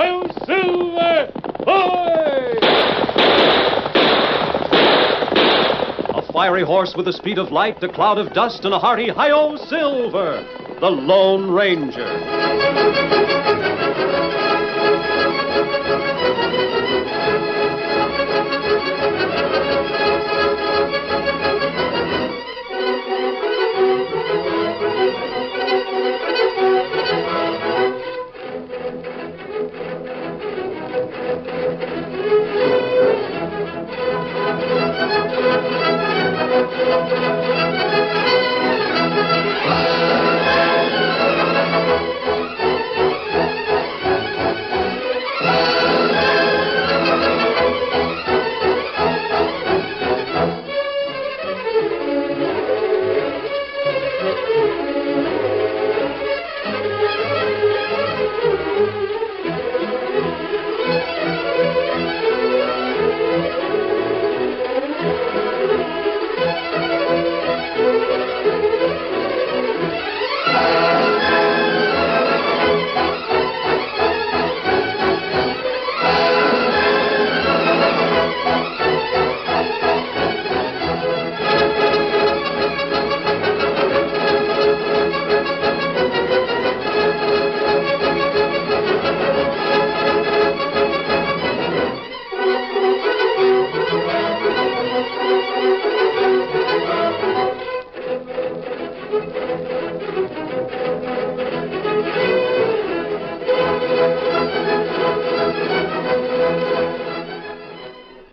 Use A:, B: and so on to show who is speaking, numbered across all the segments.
A: Oh, Silver Boy! A fiery horse with the speed of light, a cloud of dust, and a hearty hi-oh, Silver, the Lone Ranger.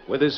A: With his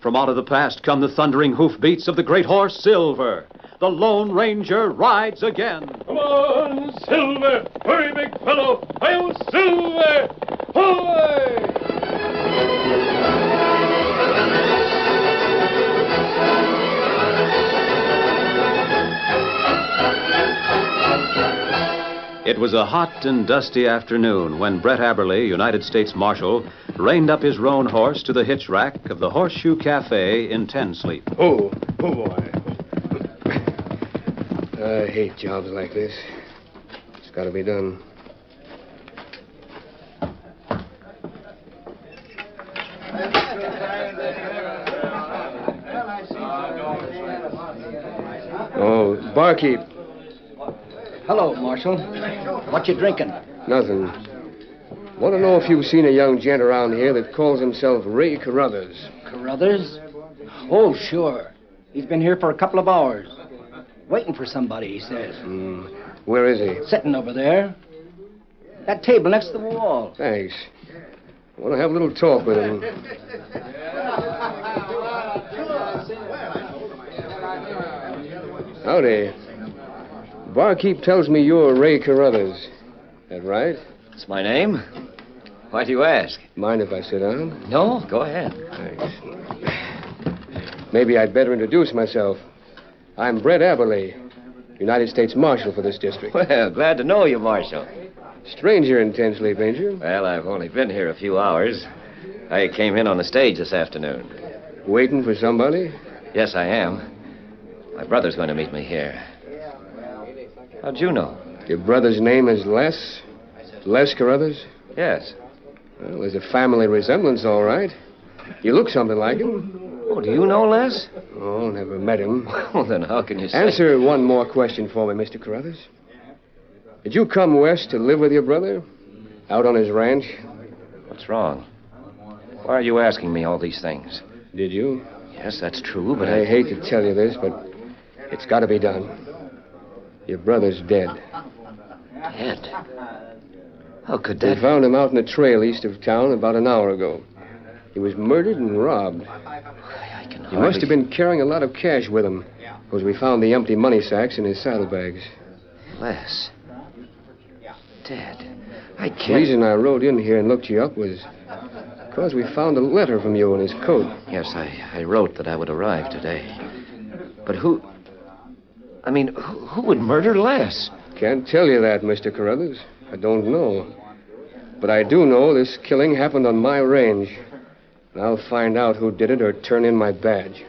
A: From out of the past come the thundering hoofbeats of the great horse Silver. The Lone Ranger rides again. Come on, Silver! Hurry, big fellow! I'm Silver! Hoy! It was a hot and dusty afternoon when Brett Aberley, United States Marshal, reined up his roan horse to the hitch rack of the Horseshoe Cafe in Ten Sleep.
B: Oh, oh boy. I hate jobs like this. It's got to be done. Oh, barkeep,
C: Hello, Marshal. What you drinking?
B: nothing. Want to know if you've seen a young gent around here that calls himself Ray Carruthers?
C: Carruthers? Oh, sure. He's been here for a couple of hours. Waiting for somebody, he says.
D: mm.
B: Where is he?
C: Sitting over there. That table next to the wall.
B: Oh, Thanks. Want to have a little talk with him. Howdy. Barkeep tells me you're Ray Carruthers. That right?
D: It's my name. Why do you ask?
B: Mind if I sit down?
D: No, go ahead.
B: Thanks. Maybe I'd better introduce myself. I'm Brett Aberley, United States Marshal for this district.
D: Well, glad to know you, Marshal.
B: Stranger in Ten Sleep, ain't you?
D: Well, I've only been here a few hours. I came in on the stage this afternoon.
B: Waiting for somebody?
D: Yes, I am. My brother's going to meet me here. How'd you know?
B: Your brother's name is Les? Les Carruthers?
D: Yes.
B: Well, there's a family resemblance, all right. You look something like him.
D: Oh, do you know Les?
B: Oh, never met him.
D: Well, then how can you say?
B: Answer one more question for me, Mr. Carruthers. Did you come west to live with your brother? Out on his ranch?
D: What's wrong? Why are you asking me all these things?
B: Did you?
D: Yes, that's true, but
B: I
D: I...
B: hate to tell you this, but it's got to be done. Your brother's dead.
D: Dead. How could
B: We
D: that?
B: found him out in a trail east of town about an hour ago. He was murdered and robbed.
D: I can
B: He
D: hardly...
B: must have been carrying a lot of cash with him, because we found the empty money sacks in his saddlebags.
D: Les. Dead. I can't.
B: The reason I rode in here and looked you up was because we found a letter from you in his coat.
D: Yes, I, I wrote that I would arrive today. But who. I mean, who, who would murder Les?
B: Can't tell you that, Mr. Carruthers. I don't know. But I do know this killing happened on my range. And I'll find out who did it or turn in my badge.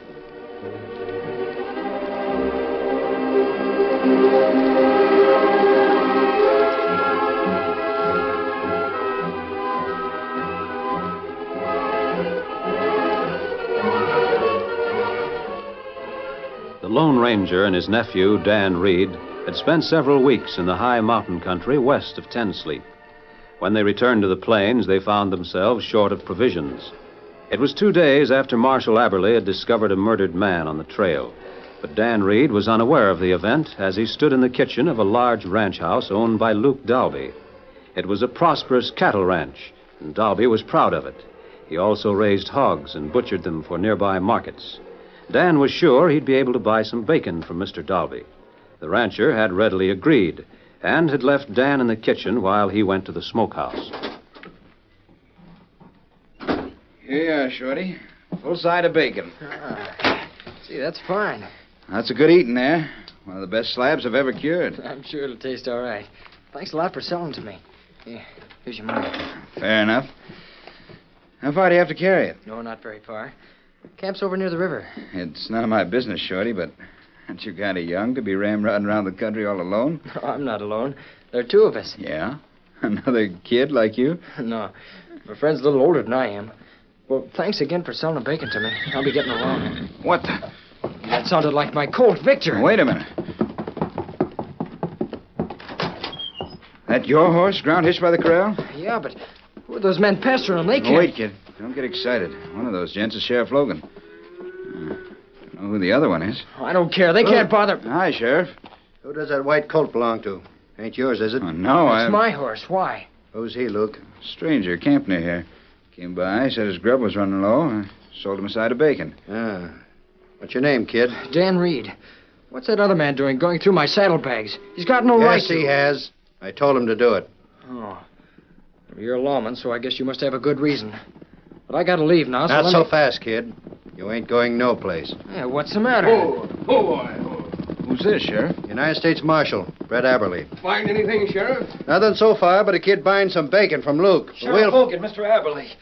A: The Lone Ranger and his nephew, Dan Reed, had spent several weeks in the high mountain country west of Tensleep. When they returned to the plains, they found themselves short of provisions. It was two days after Marshal Aberley had discovered a murdered man on the trail, but Dan Reed was unaware of the event as he stood in the kitchen of a large ranch house owned by Luke Dalby. It was a prosperous cattle ranch, and Dalby was proud of it. He also raised hogs and butchered them for nearby markets. Dan was sure he'd be able to buy some bacon from Mr. Dalby. The rancher had readily agreed and had left Dan in the kitchen while he went to the smokehouse.
E: Here you are, uh, Shorty. Full side of bacon.
F: Gee, that's fine.
E: That's a good eating there. One of the best slabs I've ever cured.
F: I'm sure it'll taste all right. Thanks a lot for selling to me. Here, here's your money.
E: Fair enough. How far do you have to carry it?
F: No, not very far. Camp's over near the river.
E: It's none of my business, Shorty, but aren't you kind of young to be ramrodding around the country all alone?
F: No, I'm not alone. There are two of us.
E: Yeah? Another kid like you?
F: No, my friend's a little older than I am. Well, thanks again for selling the bacon to me. I'll be getting along.
E: What the?
F: That sounded like my Colt Victor.
E: Wait a minute. That your horse ground hitched by the corral?
F: Yeah, but who are those men pestering him? They can't.
E: Wait, kid. Don't get excited. One of those gents is Sheriff Logan. Uh, don't know who the other one is.
F: Oh, I don't care. They can't bother.
E: Hi, Sheriff.
G: Who does that white colt belong to? Ain't yours, is it?
E: Oh, no, I.
F: It's my horse. Why?
G: Who's he, Luke?
E: Stranger, Campner here. Came by, said his grub was running low. I sold him a side of bacon.
G: Ah. What's your name, kid?
F: Dan Reed. What's that other man doing going through my saddlebags? He's got no right
G: yes,
F: to.
G: he has. I told him to do it.
F: Oh. You're a lawman, so I guess you must have a good reason. But I gotta leave now, so
G: Not
F: let
G: so
F: me...
G: fast, kid. You ain't going no place.
F: Yeah, what's the matter?
B: Oh,
E: Who's this, Sheriff?
G: United States Marshal, Brett Aberley.
B: Find anything, Sheriff?
G: Nothing so far, but a kid buying some bacon from Luke.
D: Sheriff Hogan, Mr. Aberley.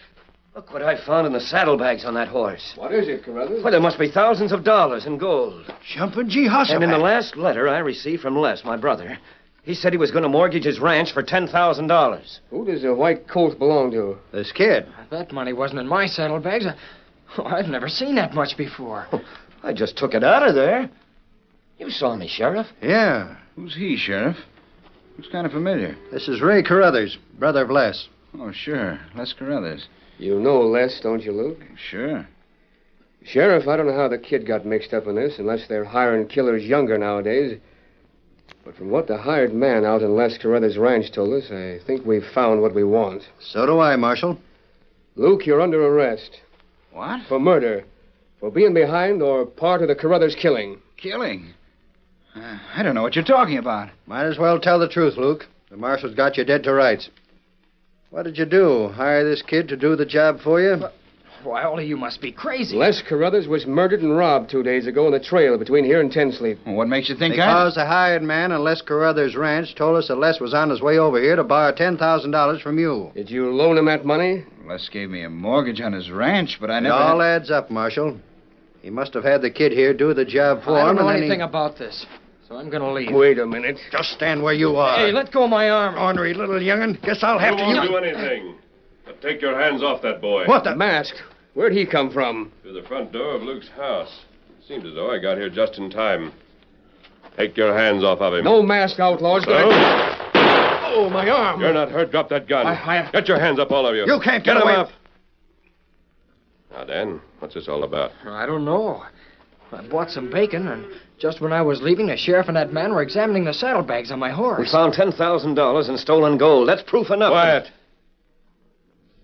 D: Look what I found in the saddlebags on that horse.
B: What is it, Carruthers?
D: Well, there must be thousands of dollars in gold.
E: Jumping G. Hustle.
D: And in the last letter I received from Les, my brother, he said he was going to mortgage his ranch for $10,000.
B: Who does the white colt belong to?
G: This kid.
F: That money wasn't in my saddlebags. I... Oh, I've never seen that much before.
D: I just took it out of there. You saw me, Sheriff.
G: Yeah.
E: Who's he, Sheriff? Looks kind of familiar.
G: This is Ray Carruthers, brother of Les.
E: Oh, sure. Les Carruthers.
B: You know Les, don't you, Luke?
E: Sure.
B: Sheriff, I don't know how the kid got mixed up in this, unless they're hiring killers younger nowadays. But from what the hired man out in Les Carruthers' ranch told us, I think we've found what we want.
G: So do I, Marshal.
B: Luke, you're under arrest
E: What?
B: for murder, for being behind or part of the Carruthers killing.
E: Killing. Uh, I don't know what you're talking about.
G: Might as well tell the truth, Luke. The Marshal's got you dead to rights. What did you do? Hire this kid to do the job for you?
F: Why, all of you must be crazy.
B: Les Carruthers was murdered and robbed two days ago on the trail between here and Tensleep.
E: Well, what makes you think I.
G: Because the hired man on Les Carruthers' ranch told us that Les was on his way over here to borrow ten thousand dollars from you.
B: Did you loan him that money?
E: Les gave me a mortgage on his ranch, but I
G: It
E: never.
G: all adds up, Marshal. He must have had the kid here do the job for
F: I don't
G: him,
F: know
G: and then
F: anything
G: he...
F: about this, so I'm gonna leave.
B: Wait a minute.
G: Just stand where you are.
F: Hey, let go of my arm.
G: ornery little young'un. Guess I'll
H: You
G: have to.
H: won't do anything. But take your hands off that boy.
G: What the?
B: Masked. Where'd he come from?
H: Through the front door of Luke's house. Seems as though I got here just in time. Take your hands off of him.
B: No masked outlaw's
H: So?
B: gonna. Oh, my arm.
H: You're not hurt. Drop that gun. Get your hands up, all of you.
G: You can't
H: get
G: get
H: them
G: away-
H: up. Now, Dan, what's this all about?
F: I don't know. I bought some bacon, and just when I was leaving, the sheriff and that man were examining the saddlebags on my
D: We
F: horse.
D: found $10,000 in stolen gold. That's proof enough.
H: Quiet.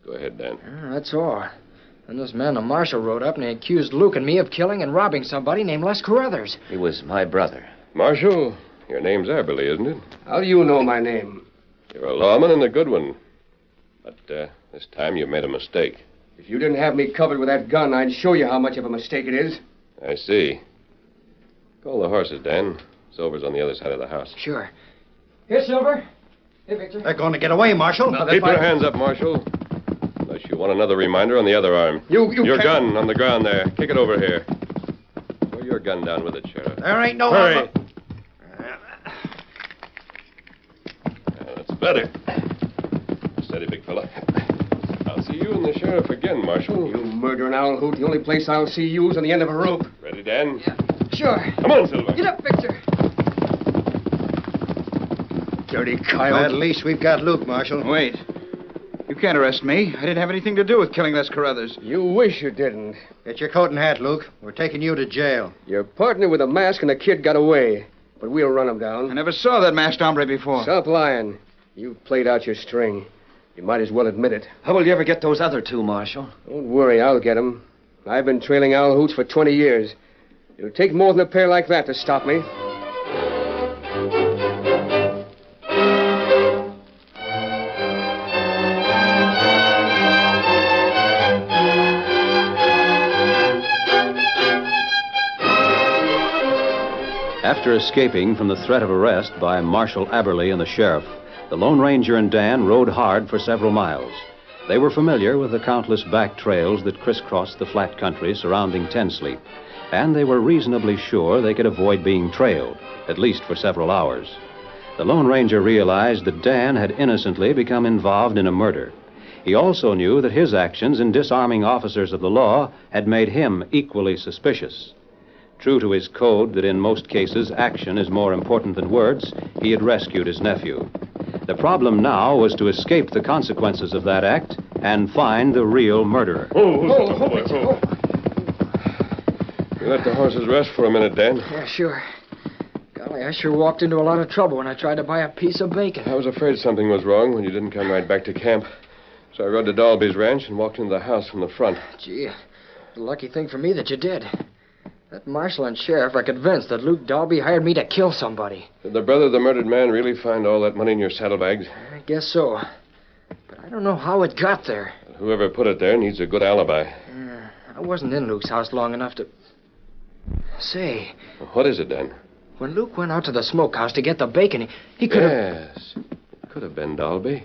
H: Go ahead, Dan.
F: Yeah, that's all. And this man, the marshal, rode up and he accused Luke and me of killing and robbing somebody named Les Carruthers.
D: He was my brother.
H: Marshal, your name's Aberley, isn't it?
B: How do you know my name?
H: You're a lawman and a good one. But uh, this time you made a mistake.
B: If you didn't have me covered with that gun, I'd show you how much of a mistake it is.
H: I see. Call the horses, Dan. Silver's on the other side of the house.
F: Sure. Here, Silver. Hey, Victor.
G: They're going to get away, Marshal.
H: Keep your hands up, Marshal. Unless you want another reminder on the other arm.
B: You, you
H: your
B: can't-
H: gun on the ground there. Kick it over here. Throw your gun down with it, Sheriff.
G: There ain't no
H: Hurry. Yeah, that's better. Steady, big fella. I'll see you and the sheriff again, Marshal.
B: You murdering owl hoot. The only place I'll see you is on the end of a rope.
H: ready, Dan?
F: Sure.
H: Come on, Silver.
F: Get up, Victor.
B: Dirty
G: At
B: coyote.
G: least we've got Luke, Marshal. Wait. You can't arrest me. I didn't have anything to do with killing Les Carruthers.
B: You wish you didn't.
G: Get your coat and hat, Luke. We're taking you to jail.
B: Your partner with a mask and a kid got away. But we'll run him
G: I
B: down.
G: never saw that masked hombre before.
B: Stop lying. You've played out your string. You might as well admit it.
D: How will you ever get those other two, Marshal?
B: Don't worry, I'll get him. I've been trailing owl hoots for 20 years. It'll take more than a pair like that to stop me.
A: After escaping from the threat of arrest by Marshal Aberley and the sheriff, the Lone Ranger and Dan rode hard for several miles. They were familiar with the countless back trails that crisscrossed the flat country surrounding Tensleep, and they were reasonably sure they could avoid being trailed, at least for several hours. The Lone Ranger realized that Dan had innocently become involved in a murder. He also knew that his actions in disarming officers of the law had made him equally suspicious. True to his code that in most cases action is more important than words, he had rescued his nephew. The problem now was to escape the consequences of that act and find the real murderer.
H: Oh, who's the boy? You let the horses rest for a minute, Dan.
F: Yeah, sure. Golly, I sure walked into a lot of trouble when I tried to buy a piece of bacon.
H: I was afraid something was wrong when you didn't come right back to camp. So I rode to Dalby's ranch and walked into the house from the front.
B: Oh,
F: Gee, the lucky thing for me that you did. That marshal and sheriff are convinced that Luke Dalby hired me to kill somebody.
H: Did the brother of the murdered man really find all that money in your saddlebags?
F: I guess so. But I don't know how it got there.
H: Whoever put it there needs a good alibi.
F: I wasn't in Luke's house long enough to. Say,
H: What is it, Dan?
F: when Luke went out to the smokehouse to get the bacon, he, he could have.
H: Yes. It could have been Dalby.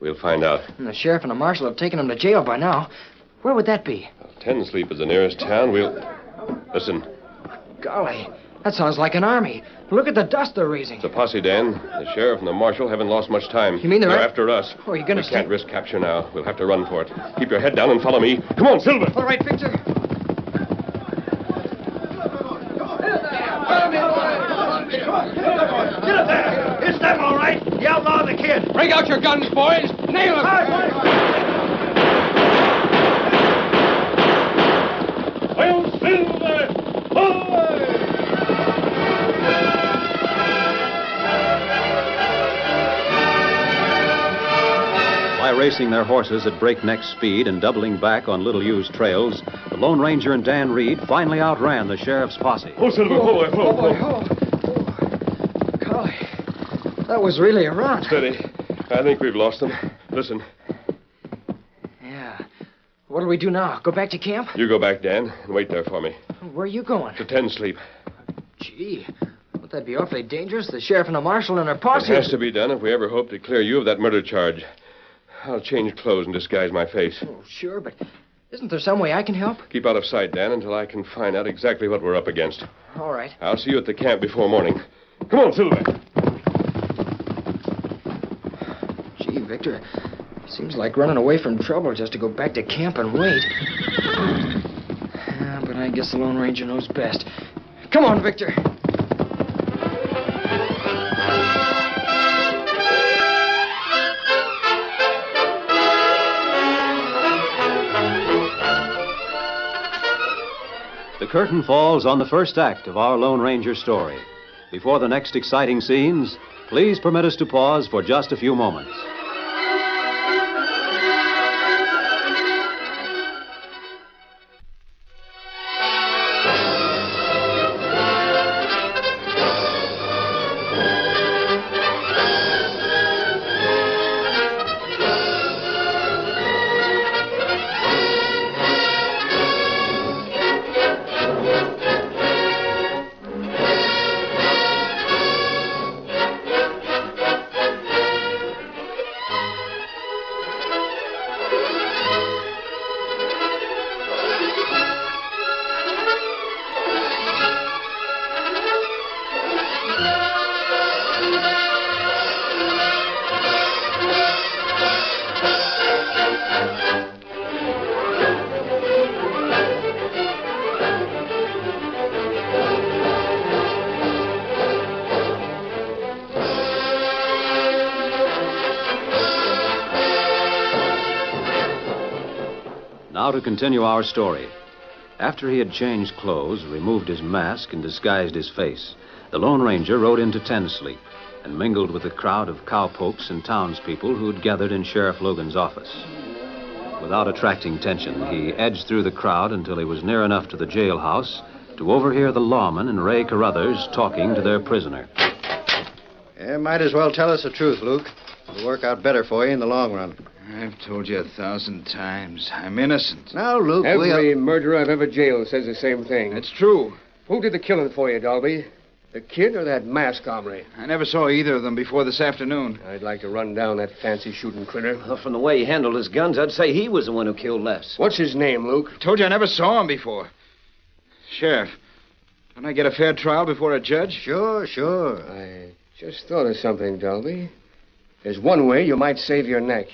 H: We'll find out.
F: The sheriff and the marshal have taken him to jail by now. Where would that be?
H: Ten Sleep is the nearest town. We'll. Listen,
F: Golly, that sounds like an army. Look at the dust they're raising.
H: it's a posse, Dan. The sheriff and the marshal haven't lost much time.
F: You mean they're
H: they're
F: at-
H: after us?
F: Oh, are you gonna
H: We can't
F: stay-
H: risk capture now. We'll have to run for it. Keep your head down and follow me. Come on, Silver.
F: All right, Victor.
G: It's them, all right. The outlaw and the kid.
I: Bring out your guns, boys. Nail him.
H: Well, Silver,
A: By racing their horses at breakneck speed and doubling back on little used trails, the Lone Ranger and Dan Reed finally outran the sheriff's posse.
H: Oh, Silver, oh, boy, oh,
F: boy,
H: oh.
F: oh. oh. Golly, that was really a run.
H: Steady. I think we've lost them. Listen,
F: Yeah. What'll we do now? Go back to camp?
H: you go back, Dan, and wait there for me.
F: Where are you going?
H: To Ten Sleep.
F: Gee, would that be awfully dangerous? The sheriff and the marshal and their
H: It
F: posse.
H: has to be done if we ever hope to clear you of that murder charge. I'll change clothes and disguise my face.
F: Oh, sure, but isn't there some way I can help?
H: Keep out of sight, Dan, until I can find out exactly what we're up against.
F: All right.
H: I'll see you at the camp before morning. Come on, Silver.
F: Gee, Victor, seems like running away from trouble just to go back to camp and wait. Yeah, but I guess the Lone Ranger knows best. Come on, Victor.
A: The The curtain falls on the first act of our Lone Ranger story. Before the next exciting scenes, please permit us to pause for just a few moments. Now to continue our story. After he had changed clothes, removed his mask, and disguised his face, the Lone Ranger rode into Tennessee and mingled with the crowd of cowpokes and townspeople who had gathered in Sheriff Logan's office. Without attracting tension, he edged through the crowd until he was near enough to the jailhouse to overhear the lawman and Ray Carruthers talking to their prisoner.
G: Yeah, Eh, might as well tell us the truth, Luke. It'll work out better for you in the long run.
E: I've told you a thousand times. I'm innocent.
G: Now, Luke,
B: Every
G: we'll...
B: murderer I've ever jailed says the same thing. That's true. Who did the killing for you, Dolby? The kid or that mask hombre?
E: I never saw either of them before this afternoon.
B: I'd like to run down that fancy shooting critter.
D: Well, from the way he handled his guns, I'd say he was the one who killed Les.
B: What's his name, Luke?
E: Told you I never saw him before. Sheriff, can I get a fair trial before a judge?
G: Sure, sure.
B: I just thought of something, Dolby. There's one way you might save your neck.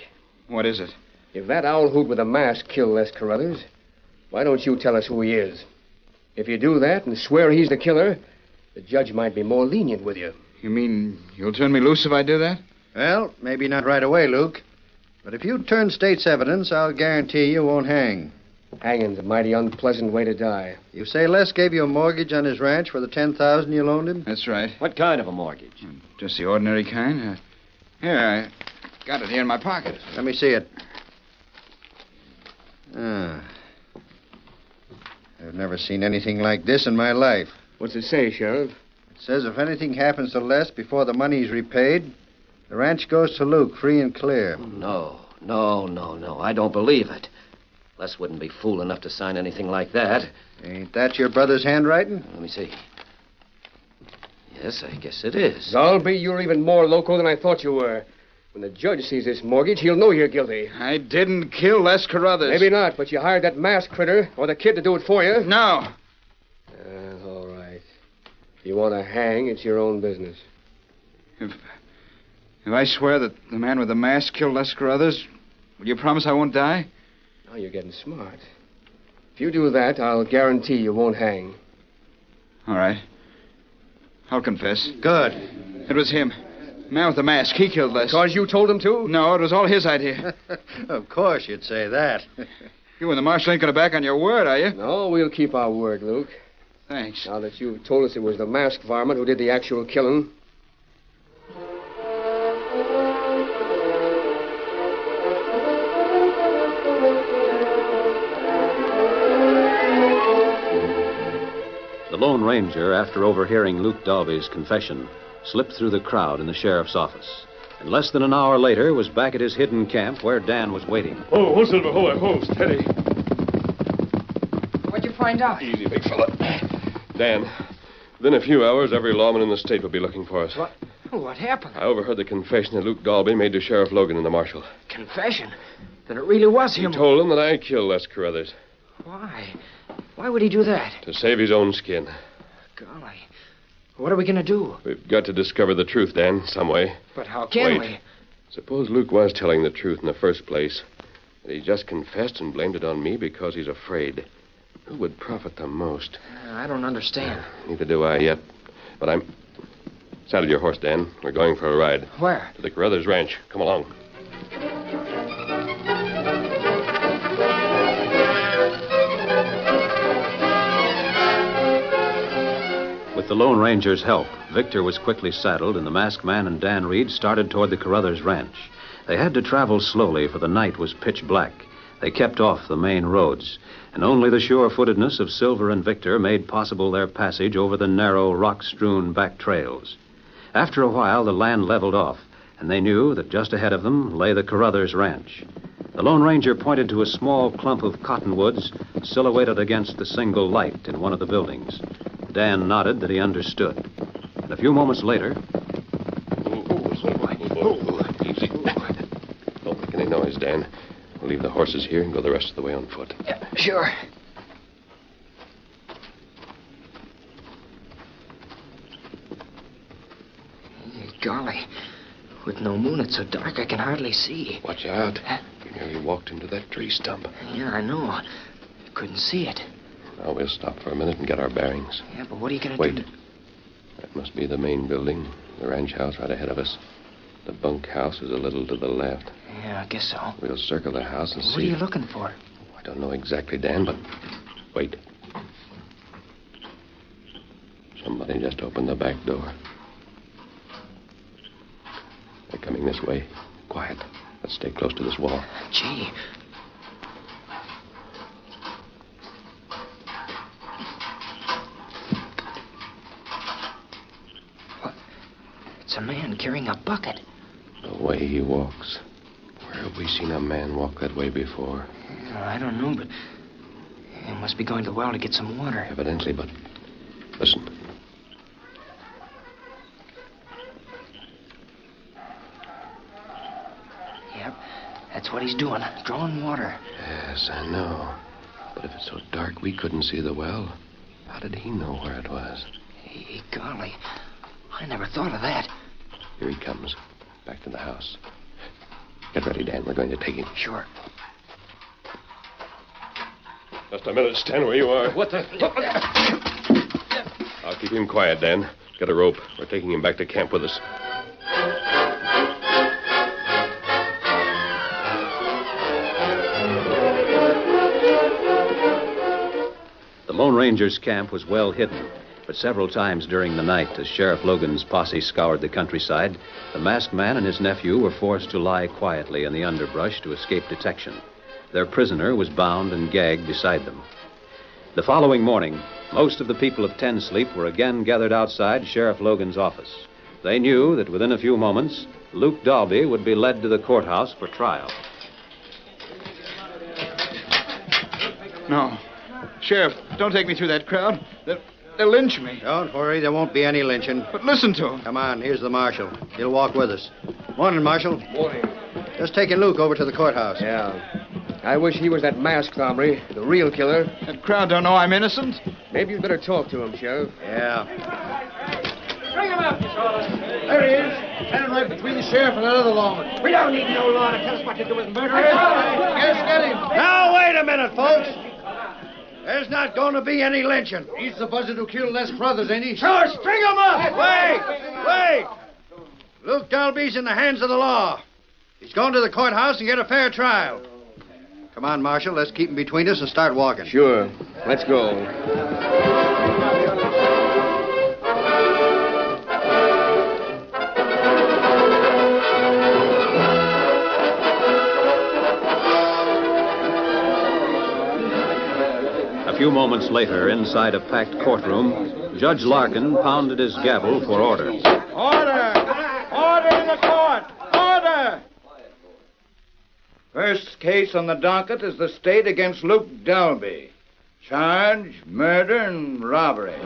E: What is it?
B: If that owl hoot with a mask killed Les Carruthers, why don't you tell us who he is? If you do that and swear he's the killer, the judge might be more lenient with you.
E: You mean you'll turn me loose if I do that?
G: Well, maybe not right away, Luke. But if you turn state's evidence, I'll guarantee you won't hang.
B: Hanging's a mighty unpleasant way to die.
G: You say Les gave you a mortgage on his ranch for the ten thousand you loaned him?
E: That's right.
D: What kind of a mortgage?
E: Just the ordinary kind. Uh, here, I got it here in my pocket.
G: Let me see it. Ah. I've never seen anything like this in my life.
B: What's it say, Sheriff?
G: It says if anything happens to Les before the money's repaid, the ranch goes to Luke free and clear.
D: No, no, no, no. I don't believe it. Les wouldn't be fool enough to sign anything like that.
G: Ain't that your brother's handwriting?
D: Let me see. Yes, I guess it is.
B: Dolby, you're even more loco than I thought you were. When the judge sees this mortgage, he'll know you're guilty.
E: I didn't kill Les Carruthers.
B: Maybe not, but you hired that masked critter or the kid to do it for you.
E: No.
B: Uh, all right. If you want to hang, it's your own business.
E: If, if I swear that the man with the mask killed Les Carruthers, will you promise I won't die?
B: Now you're getting smart. If you do that, I'll guarantee you won't hang.
E: All right. I'll confess.
G: Good.
E: It was him. Man with the mask. He killed Les.
B: Because you told him to?
E: No, it was all his idea.
G: of course you'd say that.
E: you and the marshal ain't going to back on your word, are you?
B: No, we'll keep our word, Luke.
E: Thanks.
B: Now that you've told us it was the masked varmint who did the actual killing,
A: The Lone Ranger, after overhearing Luke Dalby's confession, slipped through the crowd in the sheriff's office. And less than an hour later was back at his hidden camp where Dan was waiting.
I: Oh, ho, Silver, ho, ho, steady.
F: What'd you find out?
H: Easy, big fella. Dan, within a few hours, every lawman in the state will be looking for us.
F: What? What happened?
H: I overheard the confession that Luke Dalby made to Sheriff Logan and the Marshal.
F: Confession? That it really was
H: He
F: him.
H: told him that I killed Les Carruthers
F: Why? Why would he do that?
H: to save his own skin.
F: Golly. What are we going to do?
H: We've got to discover the truth, Dan, some way.
F: But how can
H: Wait.
F: we?
H: Suppose Luke was telling the truth in the first place, and he just confessed and blamed it on me because he's afraid. Who would profit the most?
F: Uh, I don't understand.
H: Neither do I yet. But I'm. Saddle your horse, Dan. We're going for a ride
F: Where?
H: to the Carruthers Ranch. Come along.
J: Thank
A: With the Lone Ranger's help, Victor was quickly saddled, and the masked man and Dan Reed started toward the Carruthers Ranch. They had to travel slowly, for the night was pitch black. They kept off the main roads, and only the sure footedness of Silver and Victor made possible their passage over the narrow, rock strewn back trails. After a while, the land leveled off, and they knew that just ahead of them lay the Carruthers Ranch. The Lone Ranger pointed to a small clump of cottonwoods silhouetted against the single light in one of the buildings. Dan nodded that he understood. And a few moments later,
K: Easy. Don't make any noise, Dan. We'll leave the horses here and go the rest of the way on foot.
F: Sure. Golly, with no moon, it's so dark I can hardly see.
K: Watch out. You nearly walked into that tree stump.
F: Yeah, I know. Couldn't see it.
K: Now we'll stop for a minute and get our bearings.
F: Yeah, but what are you gonna
K: Wait.
F: do?
K: That must be the main building. The ranch house right ahead of us. The bunkhouse is a little to the left.
F: Yeah, I guess so. What
K: We'll circle the house and
F: are
K: see.
F: you looking for?
K: I don't know exactly, Dan, but wait. Somebody just opened the back door. They're coming this way. Quiet. Let's stay close to this wall.
F: Gee. What? It's a man carrying a bucket.
K: The way he walks. Where have we seen a man walk that way before?
F: Uh, I don't know, but he must be going to the well to get some water.
K: Evidently, but listen.
F: Yep, that's what he's doing, drawing water.
K: Yes, I know. But if it's so dark we couldn't see the well, how did he know where it was?
F: Hey, golly, I never thought of that.
K: Here he comes. Back to the house. Get ready, Dan. We're going to take him.
F: Sure.
K: Just a minute. Stand where you are. What the? I'll keep him quiet, Dan. Get a rope. We're taking him back to camp with us.
A: The Lone Ranger's camp was well hidden, but several times during the night, as Sheriff Logan's posse scoured the countryside, the masked man and his nephew were forced to lie quietly in the underbrush to escape detection. Their prisoner was bound and gagged beside them. The following morning, most of the people of Ten Sleep were again gathered outside Sheriff Logan's office. They knew that within a few moments, Luke Dalby would be led to the courthouse for trial.
L: No. Sheriff, don't take me through that crowd. They'll, they'll lynch me.
G: Don't worry, there won't be any lynching.
L: But listen to him.
G: Come on, here's the marshal. He'll walk with us. Morning, Marshal. Morning. Just taking Luke over to the courthouse.
B: Yeah. I wish he was that masked hombre, the real killer.
L: That crowd don't know I'm innocent.
B: Maybe you'd better talk to him, Sheriff.
G: Yeah.
J: Bring him up. There he is. Standing right between the sheriff and another lawman. We don't need no law to tell us what to do with murderers.
G: Yes, get him. Now, wait a minute, folks. There's not going to be any lynching.
J: He's the buzzard who killed Les Brothers, ain't he?
G: Sure, string him up. Wait,
J: wait.
G: Luke Dalby's in the hands of the law. He's going to the courthouse and get a fair trial. Come on, Marshal. Let's keep him between us and start walking.
B: Sure. Let's go.
A: A few moments later, inside a packed courtroom, Judge Larkin pounded his gavel for order.
J: Order. Order in the court. Order.
E: First case on the docket is the state against Luke Dalby. Charge, murder, and robbery.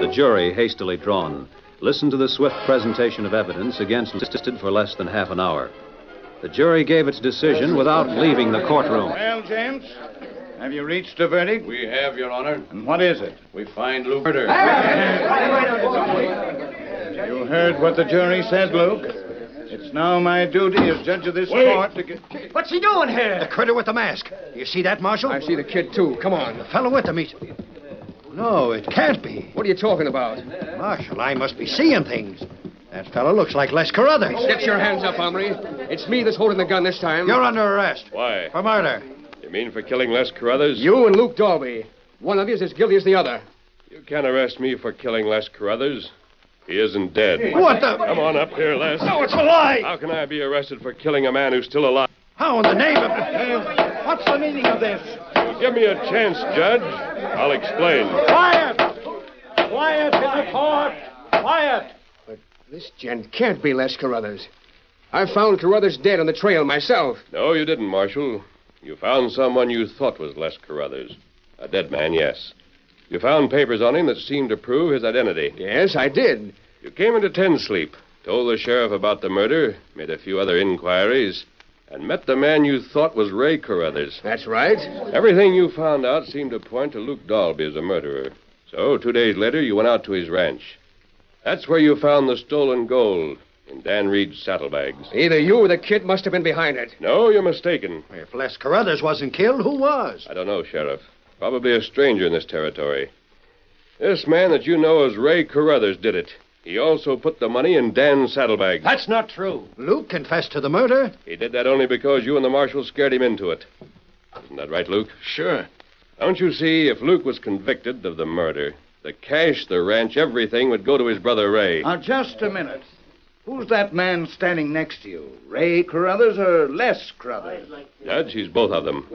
A: The jury, hastily drawn, listened to the swift presentation of evidence against listed for less than half an hour. The jury gave its decision without leaving the courtroom.
E: Well, James, have you reached a verdict? We have, Your Honor. And what is it? We find Luke. Murder. You heard what the jury said, Luke. It's now my duty as judge of this
G: Wait.
E: court to get.
G: What's he doing here? The critter with the mask. You see that, Marshal? I see the kid, too. Come on. The fellow with him. He's... No, it can't be. What are you talking about? Marshal, I must be seeing things. That fellow looks like Les Carruthers.
B: Step your hands up, hombre. It's me that's holding the gun this time.
G: You're under arrest
K: Why?
G: for murder.
K: You mean for killing Les Carruthers?
B: You and Luke Dalby. One of you is as guilty as the other.
H: You can't arrest me for killing Les Carruthers. He isn't dead.
J: What the-
H: Come on up here, Les.
J: No, it's a lie!
H: How can I be arrested for killing a man who's still alive?
J: How in the name of... What's the meaning of this?
H: Give me a chance, Judge. I'll explain.
J: Quiet! Quiet in the court! Quiet!
B: This gent can't be Les Carruthers. I found Carruthers dead on the trail myself.
H: No, you didn't, Marshal. You found someone you thought was Les Carruthers. A dead man, yes. You found papers on him that seemed to prove his identity.
B: Yes, I did.
H: You came into Ten Sleep, told the sheriff about the murder, made a few other inquiries, and met the man you thought was Ray Carruthers.
B: That's right.
H: Everything you found out seemed to point to Luke Dalby as a murderer. So, two days later, you went out to his ranch. That's where you found the stolen gold in Dan Reed's saddlebags.
B: Either you or the kid must have been behind it.
H: No, you're mistaken.
G: If Les Carruthers wasn't killed, who was?
H: I don't know, Sheriff. Probably a stranger in this territory. This man that you know as Ray Carruthers did it. He also put the money in Dan's saddlebags.
G: That's not true. Luke confessed to the murder.
H: He did that only because you and the marshal scared him into it. Isn't that right, Luke?
G: Sure.
H: Don't you see, if Luke was convicted of the murder, the cash, the ranch, everything would go to his brother Ray.
M: Now, just a minute. Who's that man standing next to you? Ray Carruthers or Les Carruthers?
H: Judge, he's both of them.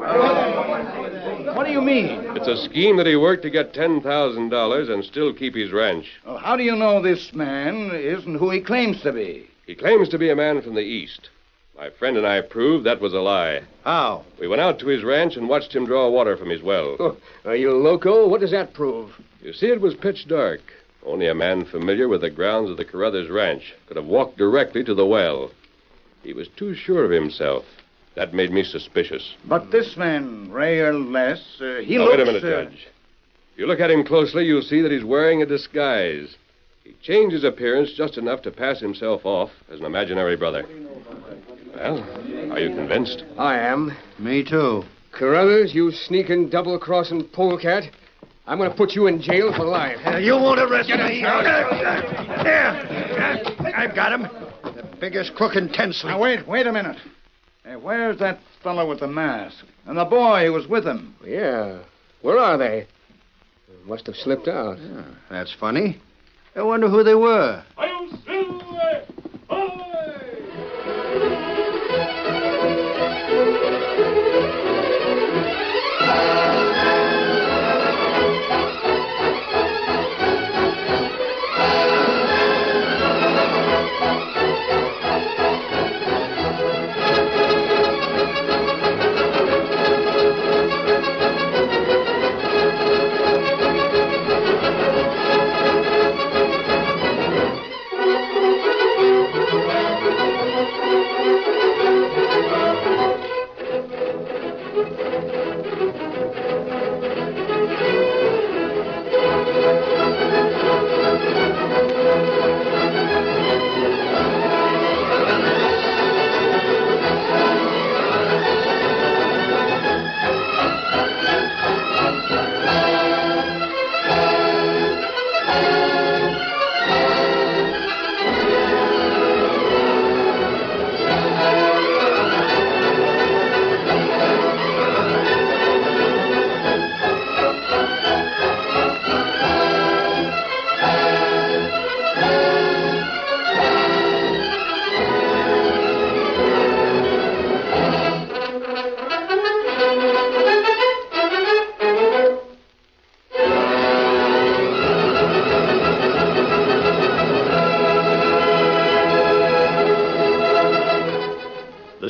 M: What do you mean?
H: It's a scheme that he worked to get $10,000 and still keep his ranch.
M: Well, how do you know this man isn't who he claims to be?
H: He claims to be a man from the East. My friend and I proved that was a lie.
G: How? Oh.
H: We went out to his ranch and watched him draw water from his well.
B: Are you loco? What does that prove?
H: You see, it was pitch dark. Only a man familiar with the grounds of the Carruthers ranch could have walked directly to the well. He was too sure of himself. That made me suspicious.
M: But this man, Ray or Les, uh, he
H: now,
M: looks.
H: wait a minute,
M: uh,
H: Judge. If you look at him closely, you'll see that he's wearing a disguise. He changed his appearance just enough to pass himself off as an imaginary brother. Well, are you convinced?
B: I am.
G: Me too.
B: Carruthers, you sneaking, double crossing polecat. I'm going to put you in jail for life.
G: you won't arrest
J: Get
G: me.
J: him, Charlie.
G: There. I've got him. The biggest crook in Ten Sleep.
M: Now, wait, wait a minute. Hey, uh, where's that fellow with the mask? And the boy who was with him?
B: Yeah. Where are they? Must have slipped out.
G: That's funny. I wonder who they were.
A: The